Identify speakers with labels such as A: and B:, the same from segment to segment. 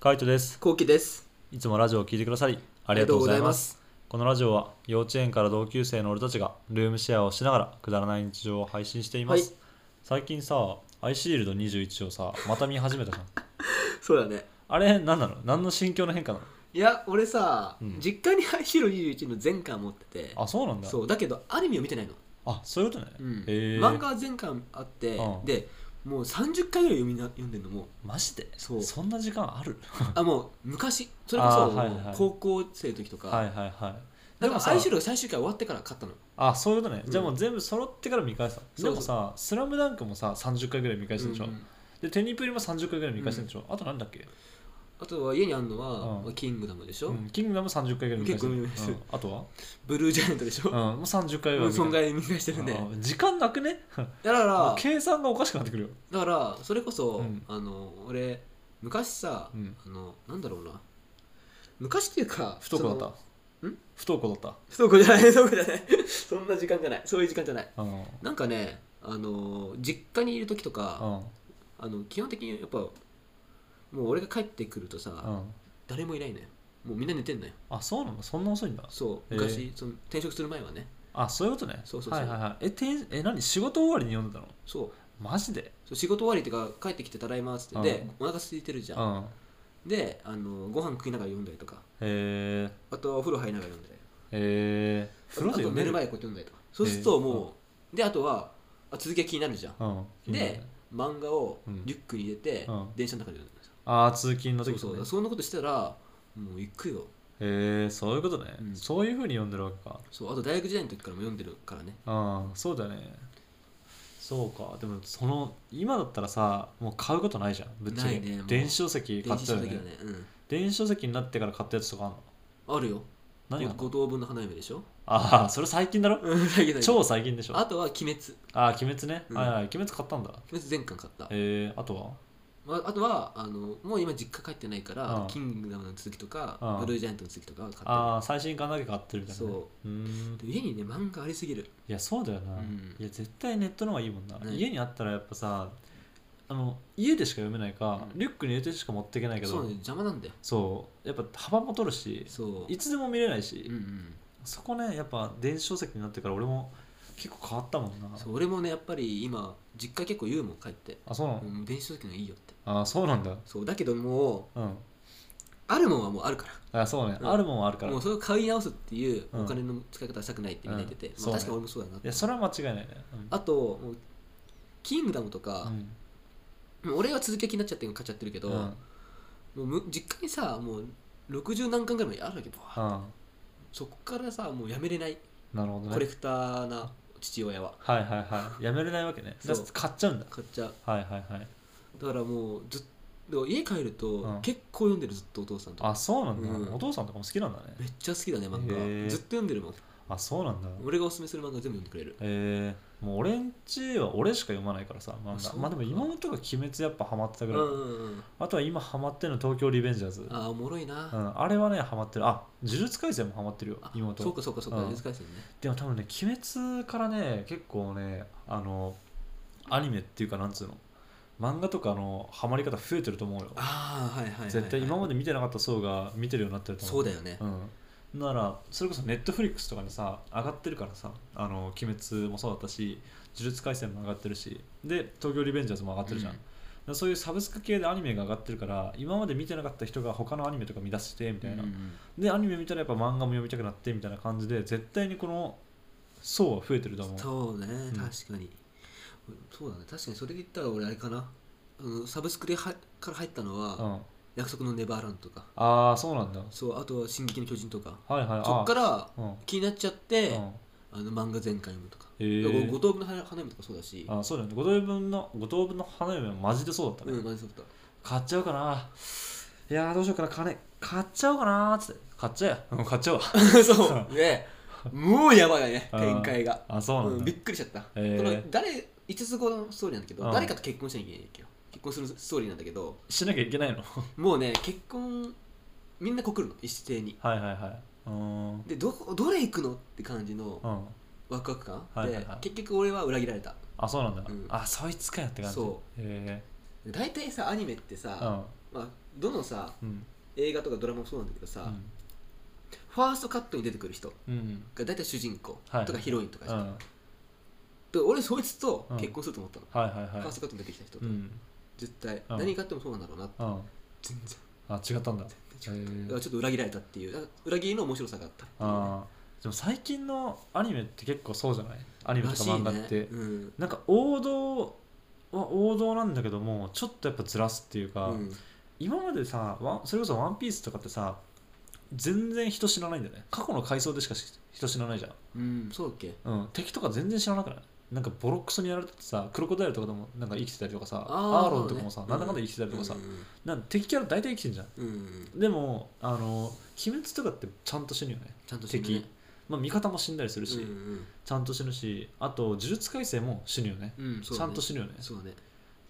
A: カイトです
B: こうきです
A: いつもラジオを聞いてくださりありがとうございますこのラジオは幼稚園から同級生の俺たちがルームシェアをしながらくだらない日常を配信しています、
B: は
A: 最近さアイシールド21をさまた見始めたじゃん
B: そうだね
A: あれ何なの何の心境の変化なの
B: いや俺さ、
A: うん
B: 実家に「アイシールド21」の全巻持ってて
A: あそうなんだ
B: そうだけどアニメを見てないの、
A: あそういうことね、
B: うん
A: へえ
B: 漫画は全巻あって、
A: うん
B: でもう30回ぐらい読みな読んでん のもう
A: マジで
B: そ
A: そうそんな時間ある
B: あもう昔それこ
A: あ
B: そ
A: ーはいはい
B: 高校生の時とか、
A: はいはいはい
B: で
A: で
B: も
A: も
B: さ
A: さ
B: アイシールドが最終回終わってから買ったの
A: あそういうことね、
B: うん
A: じゃあもう全部揃ってから見返した
B: そ
A: で
B: う
A: もさ「スラムダンクもさ30回ぐらい見返してるでしょ、
B: うんうん
A: でテニプリも30回ぐらい見返してるでしょ、あとなんだっけ、
B: あとは家にあるのは、
A: うん
B: キングダムでしょ、
A: うん、キングダム30回ぐらい見返してる、うん
B: 結構見返してる、
A: あとは、
B: ブルージャイアントでしょ、
A: うん、もう30回ぐ
B: も
A: ら
B: う
A: い
B: 損
A: 見
B: 害見返してる
A: る
B: ね
A: ね時間なくね
B: だか ら
A: 計算がおかしくなってくるよ、
B: だからそれこそ、
A: うん
B: あの俺昔さ、
A: うん
B: あのなんだろうな昔っていうか
A: 不登校だっ
B: そ
A: た
B: のん
A: 不登校だっ
B: その不登校じゃない不登校じゃない そんな時間じゃないそういう時間じゃない
A: たうんうん
B: なんかねあの実家にいる時とか、あの基本的にやっぱもう俺が帰ってくるとさ、
A: うん
B: 誰もいないのよもうみんな寝てんのよ
A: あそうなのそんな遅いんだ
B: そう
A: へえ
B: 昔、その転職する前はね
A: あそういうことね
B: そうそうそう
A: はいはいはいえてんえ何仕事終わりに読んでたの
B: そう
A: マジで
B: そう仕事終わりってか帰ってきてただいまっつって、で
A: う
B: お腹空いてるじゃ、
A: うんん
B: であのご飯食いながら読んだりとか
A: へえ
B: あとはお風呂入りながら読んだり
A: へえ
B: あと寝る前こうやって読んだりとかそうするともう、であとはあ続きが気になるじゃん
A: うん
B: で漫画を
A: うん
B: リュックに入れて、
A: うん
B: 電車の中で読んでる
A: ああ通勤の時とか
B: そうそう
A: ね
B: だそんなことしたらもう行くよ
A: へえそういうことね、
B: うん
A: そういうふうに読んでるわけか
B: そうあと大学時代の時からも読んでるからね
A: ああそうだねそうかでもその今だったらさもう買うことないじゃんぶっちゃ
B: な
A: け、
B: いねもう
A: 電子書籍買
B: 電
A: っ
B: 子
A: た
B: 書
A: よ
B: 籍
A: ね
B: だね
A: 電子書籍になってから買ったやつとかあるの
B: うんある
A: 何
B: よ
A: が
B: 五等分の花嫁で しょ
A: ああそれ最近だろ
B: うんだけど
A: 超最近でしょ
B: あ
A: あ
B: とは鬼滅
A: あー鬼滅ね、
B: うん
A: はいはい鬼滅買ったんだ
B: 鬼滅全巻買った、
A: へえあとは
B: まあ、あとはあのもう今実家帰ってないから、
A: うん
B: キングダムの続きとか、
A: うん
B: ブルージャイアントの続きとかは買ってる
A: ああ最新刊だけ買ってるみたいなね、
B: そう
A: うーん
B: で家にね漫画ありすぎる
A: いやそうだよな、
B: うん
A: いや絶対ネットの方がいいもんな、
B: ね
A: 家にあったらやっぱさあの家でしか読めないか、
B: うん
A: リュックに入れてしか持っていけないけど
B: そうね邪魔なんだよ
A: そうやっぱ幅も取るし
B: そう
A: いつでも見れないし、
B: うんうん
A: そこねやっぱ電子書籍になってから俺も結構変わったもんな
B: そう俺もねやっぱり今実家結構言うもん帰って、
A: あそうなの、
B: うん、電子書籍のいいよって
A: あそうなんだ
B: そうだけどもう
A: うん
B: あるもんはもうあるか
A: あそうね、
B: うん
A: あるもんはあるかららいう
B: もそれを買い直すっていう
A: うん
B: お金の使い方はしたくないってみんな言ってて、
A: うん
B: ま
A: そう
B: あ、
A: ね
B: 確かに俺もそうだなって
A: やそれは間違いないね、うん
B: あともうキングダムと
A: う
B: か、
A: ん
B: もう俺は続きが気になっちゃって買っちゃってるけど、
A: うん
B: もうむ実家にさもう60何巻ぐらいまであるわけよ
A: う
B: わ
A: ん
B: そこからさもうやめれない
A: なるほどね
B: コレクターな父親は
A: はいはいはいやめれないわけね
B: そう
A: だって買っちゃうんだ
B: 買っちゃう
A: はいはいはい
B: だからもうずっと家帰る
A: う
B: と
A: ん
B: 結構読んでるずっとお父さんとか
A: あそうなんだ、
B: うん
A: お父さんとかも好きなんだね
B: めっちゃ好きだね漫
A: へ
B: 画
A: ー
B: ずっと読んでるもん
A: あそうなんだ
B: 俺がおすすめする漫画全部読んでくれる
A: えー、もう俺んちは俺しか読まないからさ漫
B: あそう
A: 画
B: か
A: まあでも今のとこ鬼滅やっぱハマってた
B: うん
A: ぐ
B: う
A: らい、
B: んうん
A: あとは今ハマってるの東京リベンジャーズ、
B: ああおもろいうなん
A: あれはねハマってるあ呪術廻戦もハマってるよ
B: あ
A: 妹
B: そうかそうかそうか
A: うん
B: 呪術廻戦ね
A: でも多分ね鬼滅からね結構ねあのアニメっていうかなんつうの漫画とかのハマり方増えてると思うよ
B: ああはいはいはいはい
A: 絶対今まで見てなかった層が見てるようになってると思
B: そううだよね
A: うん、ならそれこそネットフリックスとかにさ上がってるからさ「あの鬼滅」もそうだったし「呪術廻戦」も上がってるしで「東京リベンジャーズ」も上がってるじゃん、
B: うん
A: だからそういうサブスク系でアニメが上がってるから今まで見てなかった人が他のアニメとか見出してみたいな、
B: うんうん
A: でアニメ見たらやっぱ漫画も読みたくなってみたいな感じで絶対にこの層は増えてると思う
B: そうね
A: ん
B: 確かにそうだね確かにそれで言ったら俺あれかなうんサブスクではから入ったの
A: う
B: は
A: ん、
B: 約束のネバーランドとか
A: ああそうなんだはい
B: そうあとは進撃の巨人とか
A: はいあー
B: そっから
A: うんうん
B: 気になっちゃってあの漫画全巻読むとか
A: へー
B: 五等分の花花嫁とかそうだし
A: あーそうだよね五等分の五等分の花嫁はマジでそうだったね、
B: うんマジそうだった
A: 買っちゃうかないやーどうしようかな金買っちゃおうかなーっつって買っちゃえようん買っち ゃおう
B: そうねもうやばいね
A: あー
B: 展開が
A: あそうなんだ、
B: うんびっくりしちゃったこ
A: へー
B: の誰5つ子のストーリーなんだけ
A: う
B: ど
A: ん
B: 誰かと結婚しなきゃいけないわけよ結婚するストーリーなんだけど
A: しなきゃいけないの
B: もうね結婚みんな告るの一斉に
A: はいはいはいうーんうん
B: でどこどれ行くのって感じのワクワク感
A: はいはい
B: で
A: はい
B: 結局俺は裏切られた
A: あそうなんだ、
B: うん
A: あそいつかよって感じ
B: そ
A: へえ
B: 大体さアニメってさ
A: うん
B: まあどのさ
A: うん
B: 映画とかドラマもそうなんだけどさ、ファーストカットに出てくる人
A: うんうん
B: が大体主人公
A: はい
B: とかヒロインとかじ
A: う
B: ゃん、
A: ん
B: で俺そいつと結婚すると思ったの、
A: はいはい
B: ファ
A: は
B: ー
A: い
B: ストカットに出てきた人と、
A: うん
B: 絶対、
A: うん
B: 何があってもそうなんだろうなって
A: うん
B: 全然
A: あ違ったんだへ
B: 全然違う、
A: ー
B: だからちょっと裏切られたっていうだから裏切りの面白さがあったっていうね、
A: あーでも最近のアニメって結構そうじゃないアニメと
B: ら
A: か
B: しい
A: 漫画っ
B: ね
A: て、
B: うん
A: なんか王道は王道なんだけどもちょっとやっぱずらすっていうか、
B: うん
A: 今までさワンそれこそ「ワンピースとかってさ全然人知らないんだよね過去の回想でしかし人知らないじゃ
B: うん、そうだっけ
A: ん、うん、敵とか全然知らなくないなんかボロクソにやられててさクロコダイルとかでもなんか生きてたりとかさ
B: あー
A: アーロンとかもさ、
B: そうね
A: なんだかんだ生きてたりとかさ、
B: う
A: なんか敵キャラ大体生きてんじゃん
B: んうんうん、
A: でもあの鬼滅とかってちゃんと死ぬよね、
B: ちゃんとしてる
A: 敵
B: ね、
A: まあ、味方も死んだりするし、
B: うんうん
A: ちゃんと死ぬしあと呪術廻戦も死ぬよね
B: うん、そう
A: ち
B: だ
A: ゃ
B: ね
A: んと死ぬよね
B: そうだね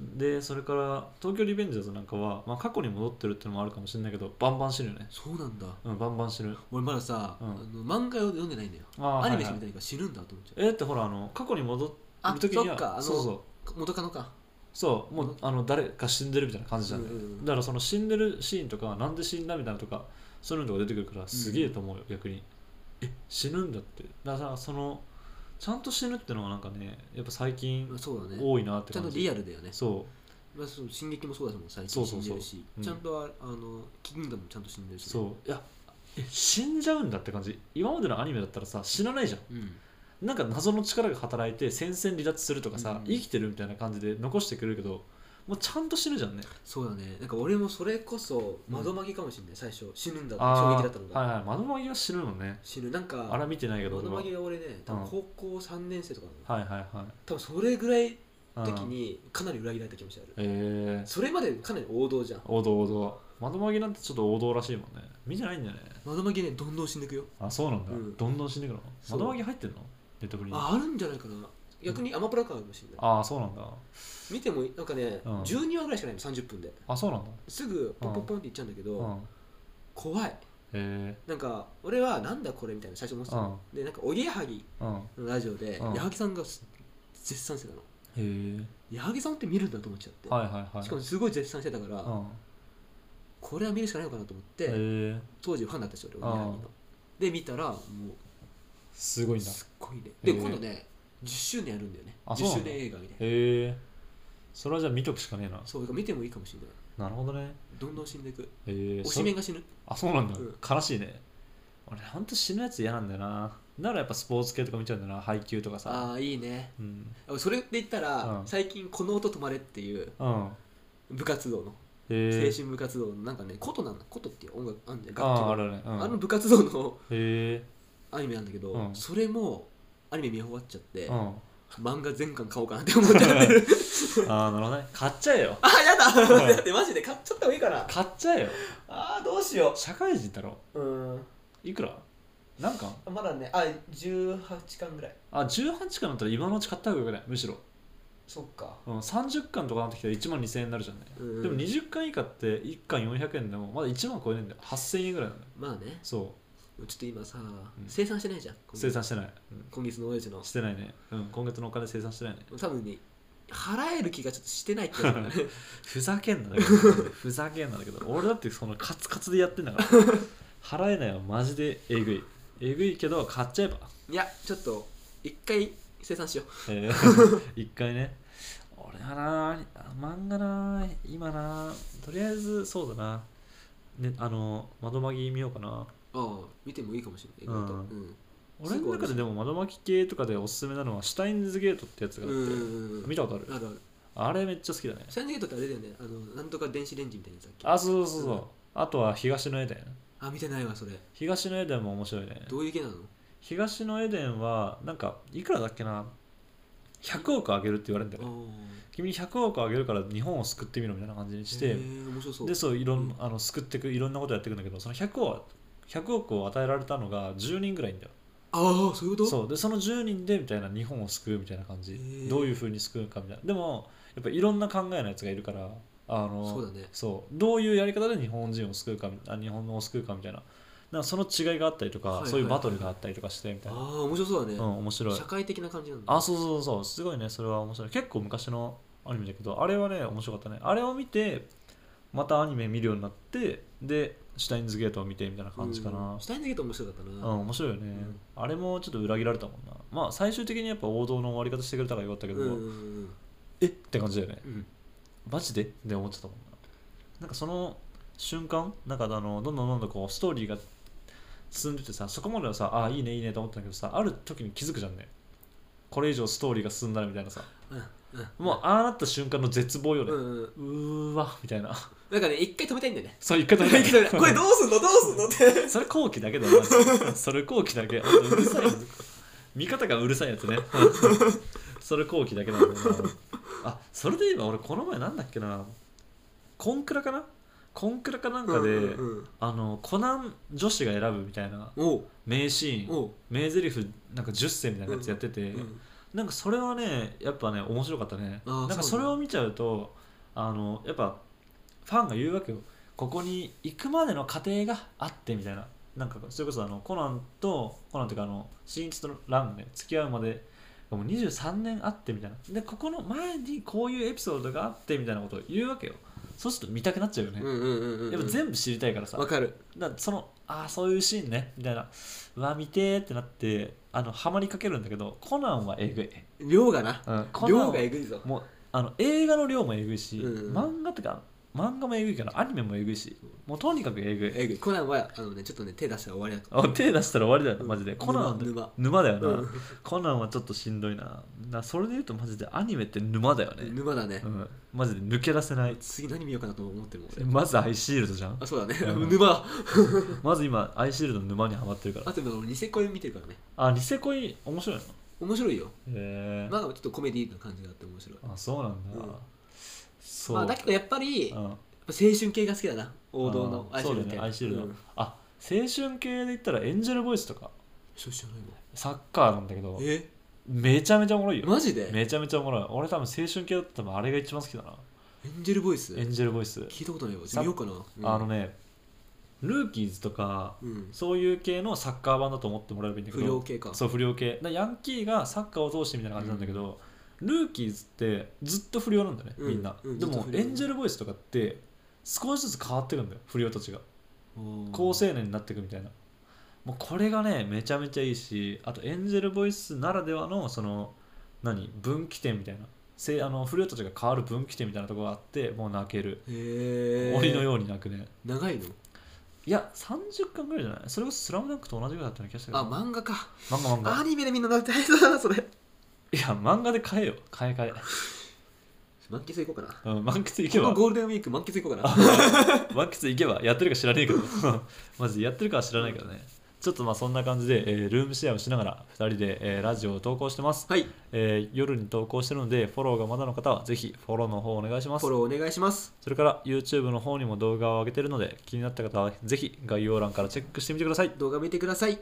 A: でそれから「東京リベンジャーズ」なんかは、まあ、過去に戻ってるってのもあるかもしれないけどバンバン死ぬよね
B: そうなんだ
A: うんバンバン死ぬ
B: 俺まださ、
A: うん
B: あの漫画を読んでないんだよ
A: あー
B: アニメし
A: は
B: か
A: いはい
B: 見てないから死ぬんだと思っちゃう
A: えだってほらあの過去に戻
B: あ
A: る時に
B: そっかあ
A: は
B: の
A: そうそう
B: 元カノか
A: そうもうあの誰か死んでるみたいな感じじゃない、
B: うんうんうん
A: だからその死んでるシーンとかなんで死んだみたいなとかそういうのとか出てくるからすげえと思うよ、逆にえ死ぬんだってだからそのちゃんと死ぬってのはなんかねやっぱ最近
B: まあそうだね
A: 多いなって
B: ちゃん
A: 感
B: と
A: じ、
B: リアルだよね
A: そう
B: まあ、その進撃もそうだもん最
A: そ
B: 近
A: うそうん
B: 死で
A: そう
B: るし
A: うん
B: ちゃんとああのキングダムもちゃんと死んでるしね、
A: そういやえ死んじゃうんだって感じ今までのアニメだったらさ死なないじゃん
B: うん
A: なんか謎の力が働いて戦線離脱するとかさ、
B: うん
A: 生きてるみたいな感じで残してくれるけどもうちゃんと死ぬじゃんね
B: そうだねなんか俺もそれこそ窓巻きかもしれない、最初死ぬんだって衝
A: あ
B: 撃
A: ー
B: だったのが、
A: はいはい窓紛は死ぬもんね
B: 死ぬなんか
A: あれは見てないけど
B: 窓
A: 俺はは
B: 巻き
A: い
B: が俺ね多分高校3年生とかなの、
A: はいはい
B: 多分それぐらい
A: うん
B: 時にかなり裏切られた気持ちある、
A: えー、
B: それまでかなり王道じゃん
A: 王道王道窓紛なんてちょっと王道らしいもんね見てないんだね
B: 窓巻きねどんどん死んでくよ
A: あそうなんだ、
B: うん
A: どんどん死んでくの
B: そう
A: 窓紛入ってんのネットフリにあ
B: ああるんじゃないかな逆にアマプラかもしれない、
A: あーそうなんだ
B: 見てもなんかね、
A: うん
B: 12話ぐらいしかないの30分で
A: あそうなんだ
B: すぐポンポンポンっていっちゃうんだけど、
A: うん
B: 怖い
A: え
B: なんか俺はなんだこれみたいな最初思ってたの、でなんかおぎやはぎ
A: ー、うん
B: のラジオで
A: うん
B: 矢作さんがす絶賛してたの
A: へー
B: 矢作さんって見るんだと思っちゃって、
A: はいはいはい
B: しかもすごい絶賛してたから、
A: うん
B: これは見るしかないのかなと思って、
A: へー
B: 当時ファンだったし俺
A: ん
B: おぎやはぎので見たらもう
A: すごいんだ
B: すっごいね
A: へ
B: で
A: ー
B: 今度ね10周年やるんだよね
A: あ
B: 10
A: そうなん
B: 周
A: だ
B: 年映画みたいな
A: へえそれはじゃあ見とくしかねえな
B: そうだから見てもいいかもしれな
A: な
B: い
A: るほどね
B: どんどん死んでいく
A: えー、
B: 推
A: そ
B: しメンが死ぬ
A: あそうなんだ、
B: うん
A: 悲しいね俺ほんと死ぬやつ嫌なんだよなならやっぱスポーツ系とか見ちゃうんだよな配給とかさ
B: ああーいいね
A: うん、
B: それで言ったら、
A: うん
B: 最近「この音止まれ」っていう
A: うん、
B: 部活動の
A: えー、
B: 青春部活動のなんかね琴なんだ琴っていう音楽あんじゃん楽器
A: ああ
B: の
A: あるね、うん、
B: あの部活動の
A: へ
B: アニメなんだけど、
A: うん
B: それもアニメ見終わっちゃって、
A: えうんあ
B: 漫画全巻買おうかなって思っちゃってる
A: あなるほどね買っちゃえよ
B: あやだ
A: うん
B: だってマジで買っちゃった方がいいかな
A: 買っちゃえよ
B: あーどうしよ
A: 社会人だろ
B: ううん
A: いくらなんか
B: まだねあ18巻ぐらい
A: あ18巻だったら今のうち買った方がよくないむしろ、
B: そっか
A: うん、30巻とかなってきたら1万2000円になるじゃんね、
B: うん
A: でも20巻以下って1巻400円でもまだ1万超えないんだよ8000円ぐらいなんだよ
B: まあね
A: そ
B: ちょっと今さ、
A: ん
B: 生産してないじゃん
A: う生産してない、
B: 今月の親父の
A: してないね、うん、今月のお金生産してないね
B: 多分ね払える気がちょっとしてないっていうのがね
A: ふざけんなだけどふざけんなだけど俺だってそのカツカツでやってんだから 払えないはマジでえぐいえぐいけど買っちゃえば、
B: いやちょっと一回生産しよ
A: えー一回ね俺はなあ漫画な今なとりあえずそうだなねあの窓まぎ見ようかな
B: うああ見てもいいかもしれない、
A: うん
B: 意外
A: 俺
B: と
A: の中ででも窓まき系とかでおすすめなのはシュタインズゲートってやつが
B: うん、うん
A: あっ
B: うん
A: て
B: うん
A: 見たことある
B: あるある
A: あれめっちゃ好きだね
B: シャンゲートってあれだよねあのなんとか電子レンジみたいなやつだっけ
A: あそうそうそうそう
B: うん
A: あとは東のエデン
B: あ見てないわそれ
A: 東のエデンも面白いね
B: どういう系なの
A: 東のエデンはなんかいくらだっけな100億あげるって言われるんだよね君に100億あげるから日本を救ってみろみたいな感じにし
B: へ
A: て
B: ー面白そう
A: でそういろ
B: うんん
A: あの救ってくいろんなことやっていくんだけどその100億100億を与えられたのが10人ぐらいいんだよ
B: ああそういうこと
A: そうでその10人でみたいな日本を救うみたいな感
B: へ
A: じ
B: ー
A: どういうふうに救うかみたいなでもやっぱいろんな考えのやつがいるからあの
B: そうだね
A: そうどういうやり方で日本人を救うかあ日本を救うかみたいななんかその違いがあったりとか、
B: はいはいはい
A: そういうバトルがあったりとかしてみたいな、
B: ああ面白そうだね、
A: うん、面白い
B: 社会的な感じなんだ
A: あそうそうそうすごいねそれは面白い結構昔のアニメだけどあれはね面白かったねあれを見てまたアニメ見るようになってでシュタインズゲートを見てみたいな感じかな
B: うん、シュタインズゲート面白かったな、
A: うん、面白いよね、
B: うん
A: あれもちょっと裏切られたもんなまあ最終的にやっぱ王道の終わり方してくれたからよかったけど、
B: うんうん
A: えって感じだよね
B: うん
A: マジでって思ってたもんななんかその瞬間なんかあのどんどんどんどんこうストーリーが進んでてさそこまではさああいいねいいねと思ってたけどさある時に気づくじゃんねこれ以上ストーリーが進んだらみたいなさ
B: うん
A: もうああなった瞬間の絶望よね、
B: う
A: うん
B: う
A: ー
B: ん
A: わみたいな
B: なんかね一回止めたいんだよね
A: そう一回
B: 一
A: 止
B: 回
A: め
B: 止め
A: た
B: たいこれどうすんのどうすんのっ て
A: それ後期だけだよマジでそれ後期だけほんとうるさい見方がうるさいやつね それ後期だけなんだよなあそれで言えば俺この前なんだっけなコンクラかなコンクラかなんかで、
B: うんうん
A: あのコナン女子が選ぶみたいな
B: おう
A: 名シーン
B: おう
A: 名台詞なんか10選みたいなやつやってて、
B: うん
A: なんかそれはねやっぱね面白かったね
B: あ
A: な
B: ー
A: んか
B: そ
A: そうれ
B: なんだ
A: を見ちゃうとあのやっぱファンが言うわけよここに行くまでの過程があってみたいななんかそれこそあのコナンとコナンというかあの新一とランがね付き合うまでもう23年あってみたいなでここの前にこういうエピソードがあってみたいなことを言うわけよそうすると見たくなっちゃうよね、
B: うんうんうんうん
A: やっぱ全部知りたいからさ
B: わかる
A: だからそのああそういうシーンねみたいなうわ見てーってなってあのハマりかけるんだけどコナンはえぐい、
B: 量がな
A: うん、コナン
B: 量
A: は
B: がえぐいぞ
A: もうあの映画の量もえぐいし、
B: うん
A: 漫画とか漫画もえぐいからアニメもえぐいしもうとにかくえぐい
B: えぐいコナンはあのねちょっとね手出したら終わりだと
A: あ手出したら終わりだよマジで、
B: うん
A: コナン
B: 沼
A: 沼
B: 沼
A: 沼だよな、
B: うん
A: コナンはちょっとしんどいななそれで言うとマジでアニメって沼だよね、
B: 沼だね
A: うん、マジで抜け出せない
B: 次何見ようかなと思ってるもん俺
A: まずアイシールドじゃん
B: あそうだね
A: うん
B: 沼だ
A: まず今アイシールドの沼にはまってるから
B: あとでもニセコイ見てるからね
A: あニセ恋面白いの
B: 面白いよ
A: へえ
B: なんかちょっとコメディーな感じがあって面白い
A: あそうなんだ、
B: うん
A: そう、
B: まあだけどやっぱり
A: う
B: やっ
A: ん
B: ぱ青春系が好きだな王道の
A: あーそうだよねアイシールド、
B: うん
A: あ青春系で言ったらエンジェルボイスとか
B: そう知らない
A: サッカーなんだけど
B: もんえ
A: めちゃめちゃおもろいよ
B: マジで
A: めちゃめちゃおもろい俺多分青春系だったら多分あれが一番好きだな、
B: エンジェルボイス
A: エンジェルボイス、
B: 聞いたことないわ
A: さ
B: 見ようかなうん
A: あのねルーキーズとか
B: うん
A: そういう系のサッカー版だと思ってもらえばいいんだけ
B: 不
A: ど
B: 良系か
A: そう不良系だヤンキーがサッカーを通してみたいな感じなんだけど、ルーキーズってずっと不良なんだね
B: うん
A: みんな、
B: うん
A: で
B: ずっ
A: も
B: と不良
A: エンジェルボイスとかって少しずつ変わってくんだよ不良たちが高
B: 構
A: 青年になってくみたいなもうこれがねめちゃめちゃいいしあとエンジェルボイスならではのその何分岐点みたいなせあの不良たちが変わる分岐点みたいなとこがあってもう泣ける、
B: へえ
A: 鬼のように泣くね
B: 長いの
A: いや30巻ぐらいじゃないそれこそ「スラムダンクと同じぐらいだったような気がしたけど
B: あ漫画か
A: 漫画漫画
B: アニメでみんななって大変だなそれ
A: いや、漫画で買えよ。買え買え。
B: 満喫行こうか
A: うん、満喫行け
B: なこの
A: ば。
B: ゴールデンウィーク満喫行こうかな
A: 満喫行けば。やってるか知らねえけど。 マジでやってるかは知らないけどね。ちょっとまあそんな感じで、えールームシェアをしながら2人で、えーラジオを投稿してます、
B: はい
A: えー夜に投稿してるのでフォローがまだの方はぜひフォローの方お願いします
B: フォローお願いします
A: それから YouTube の方にも動画を上げてるので気になった方はぜひ概要欄からチェックしてみてください
B: 動画見てください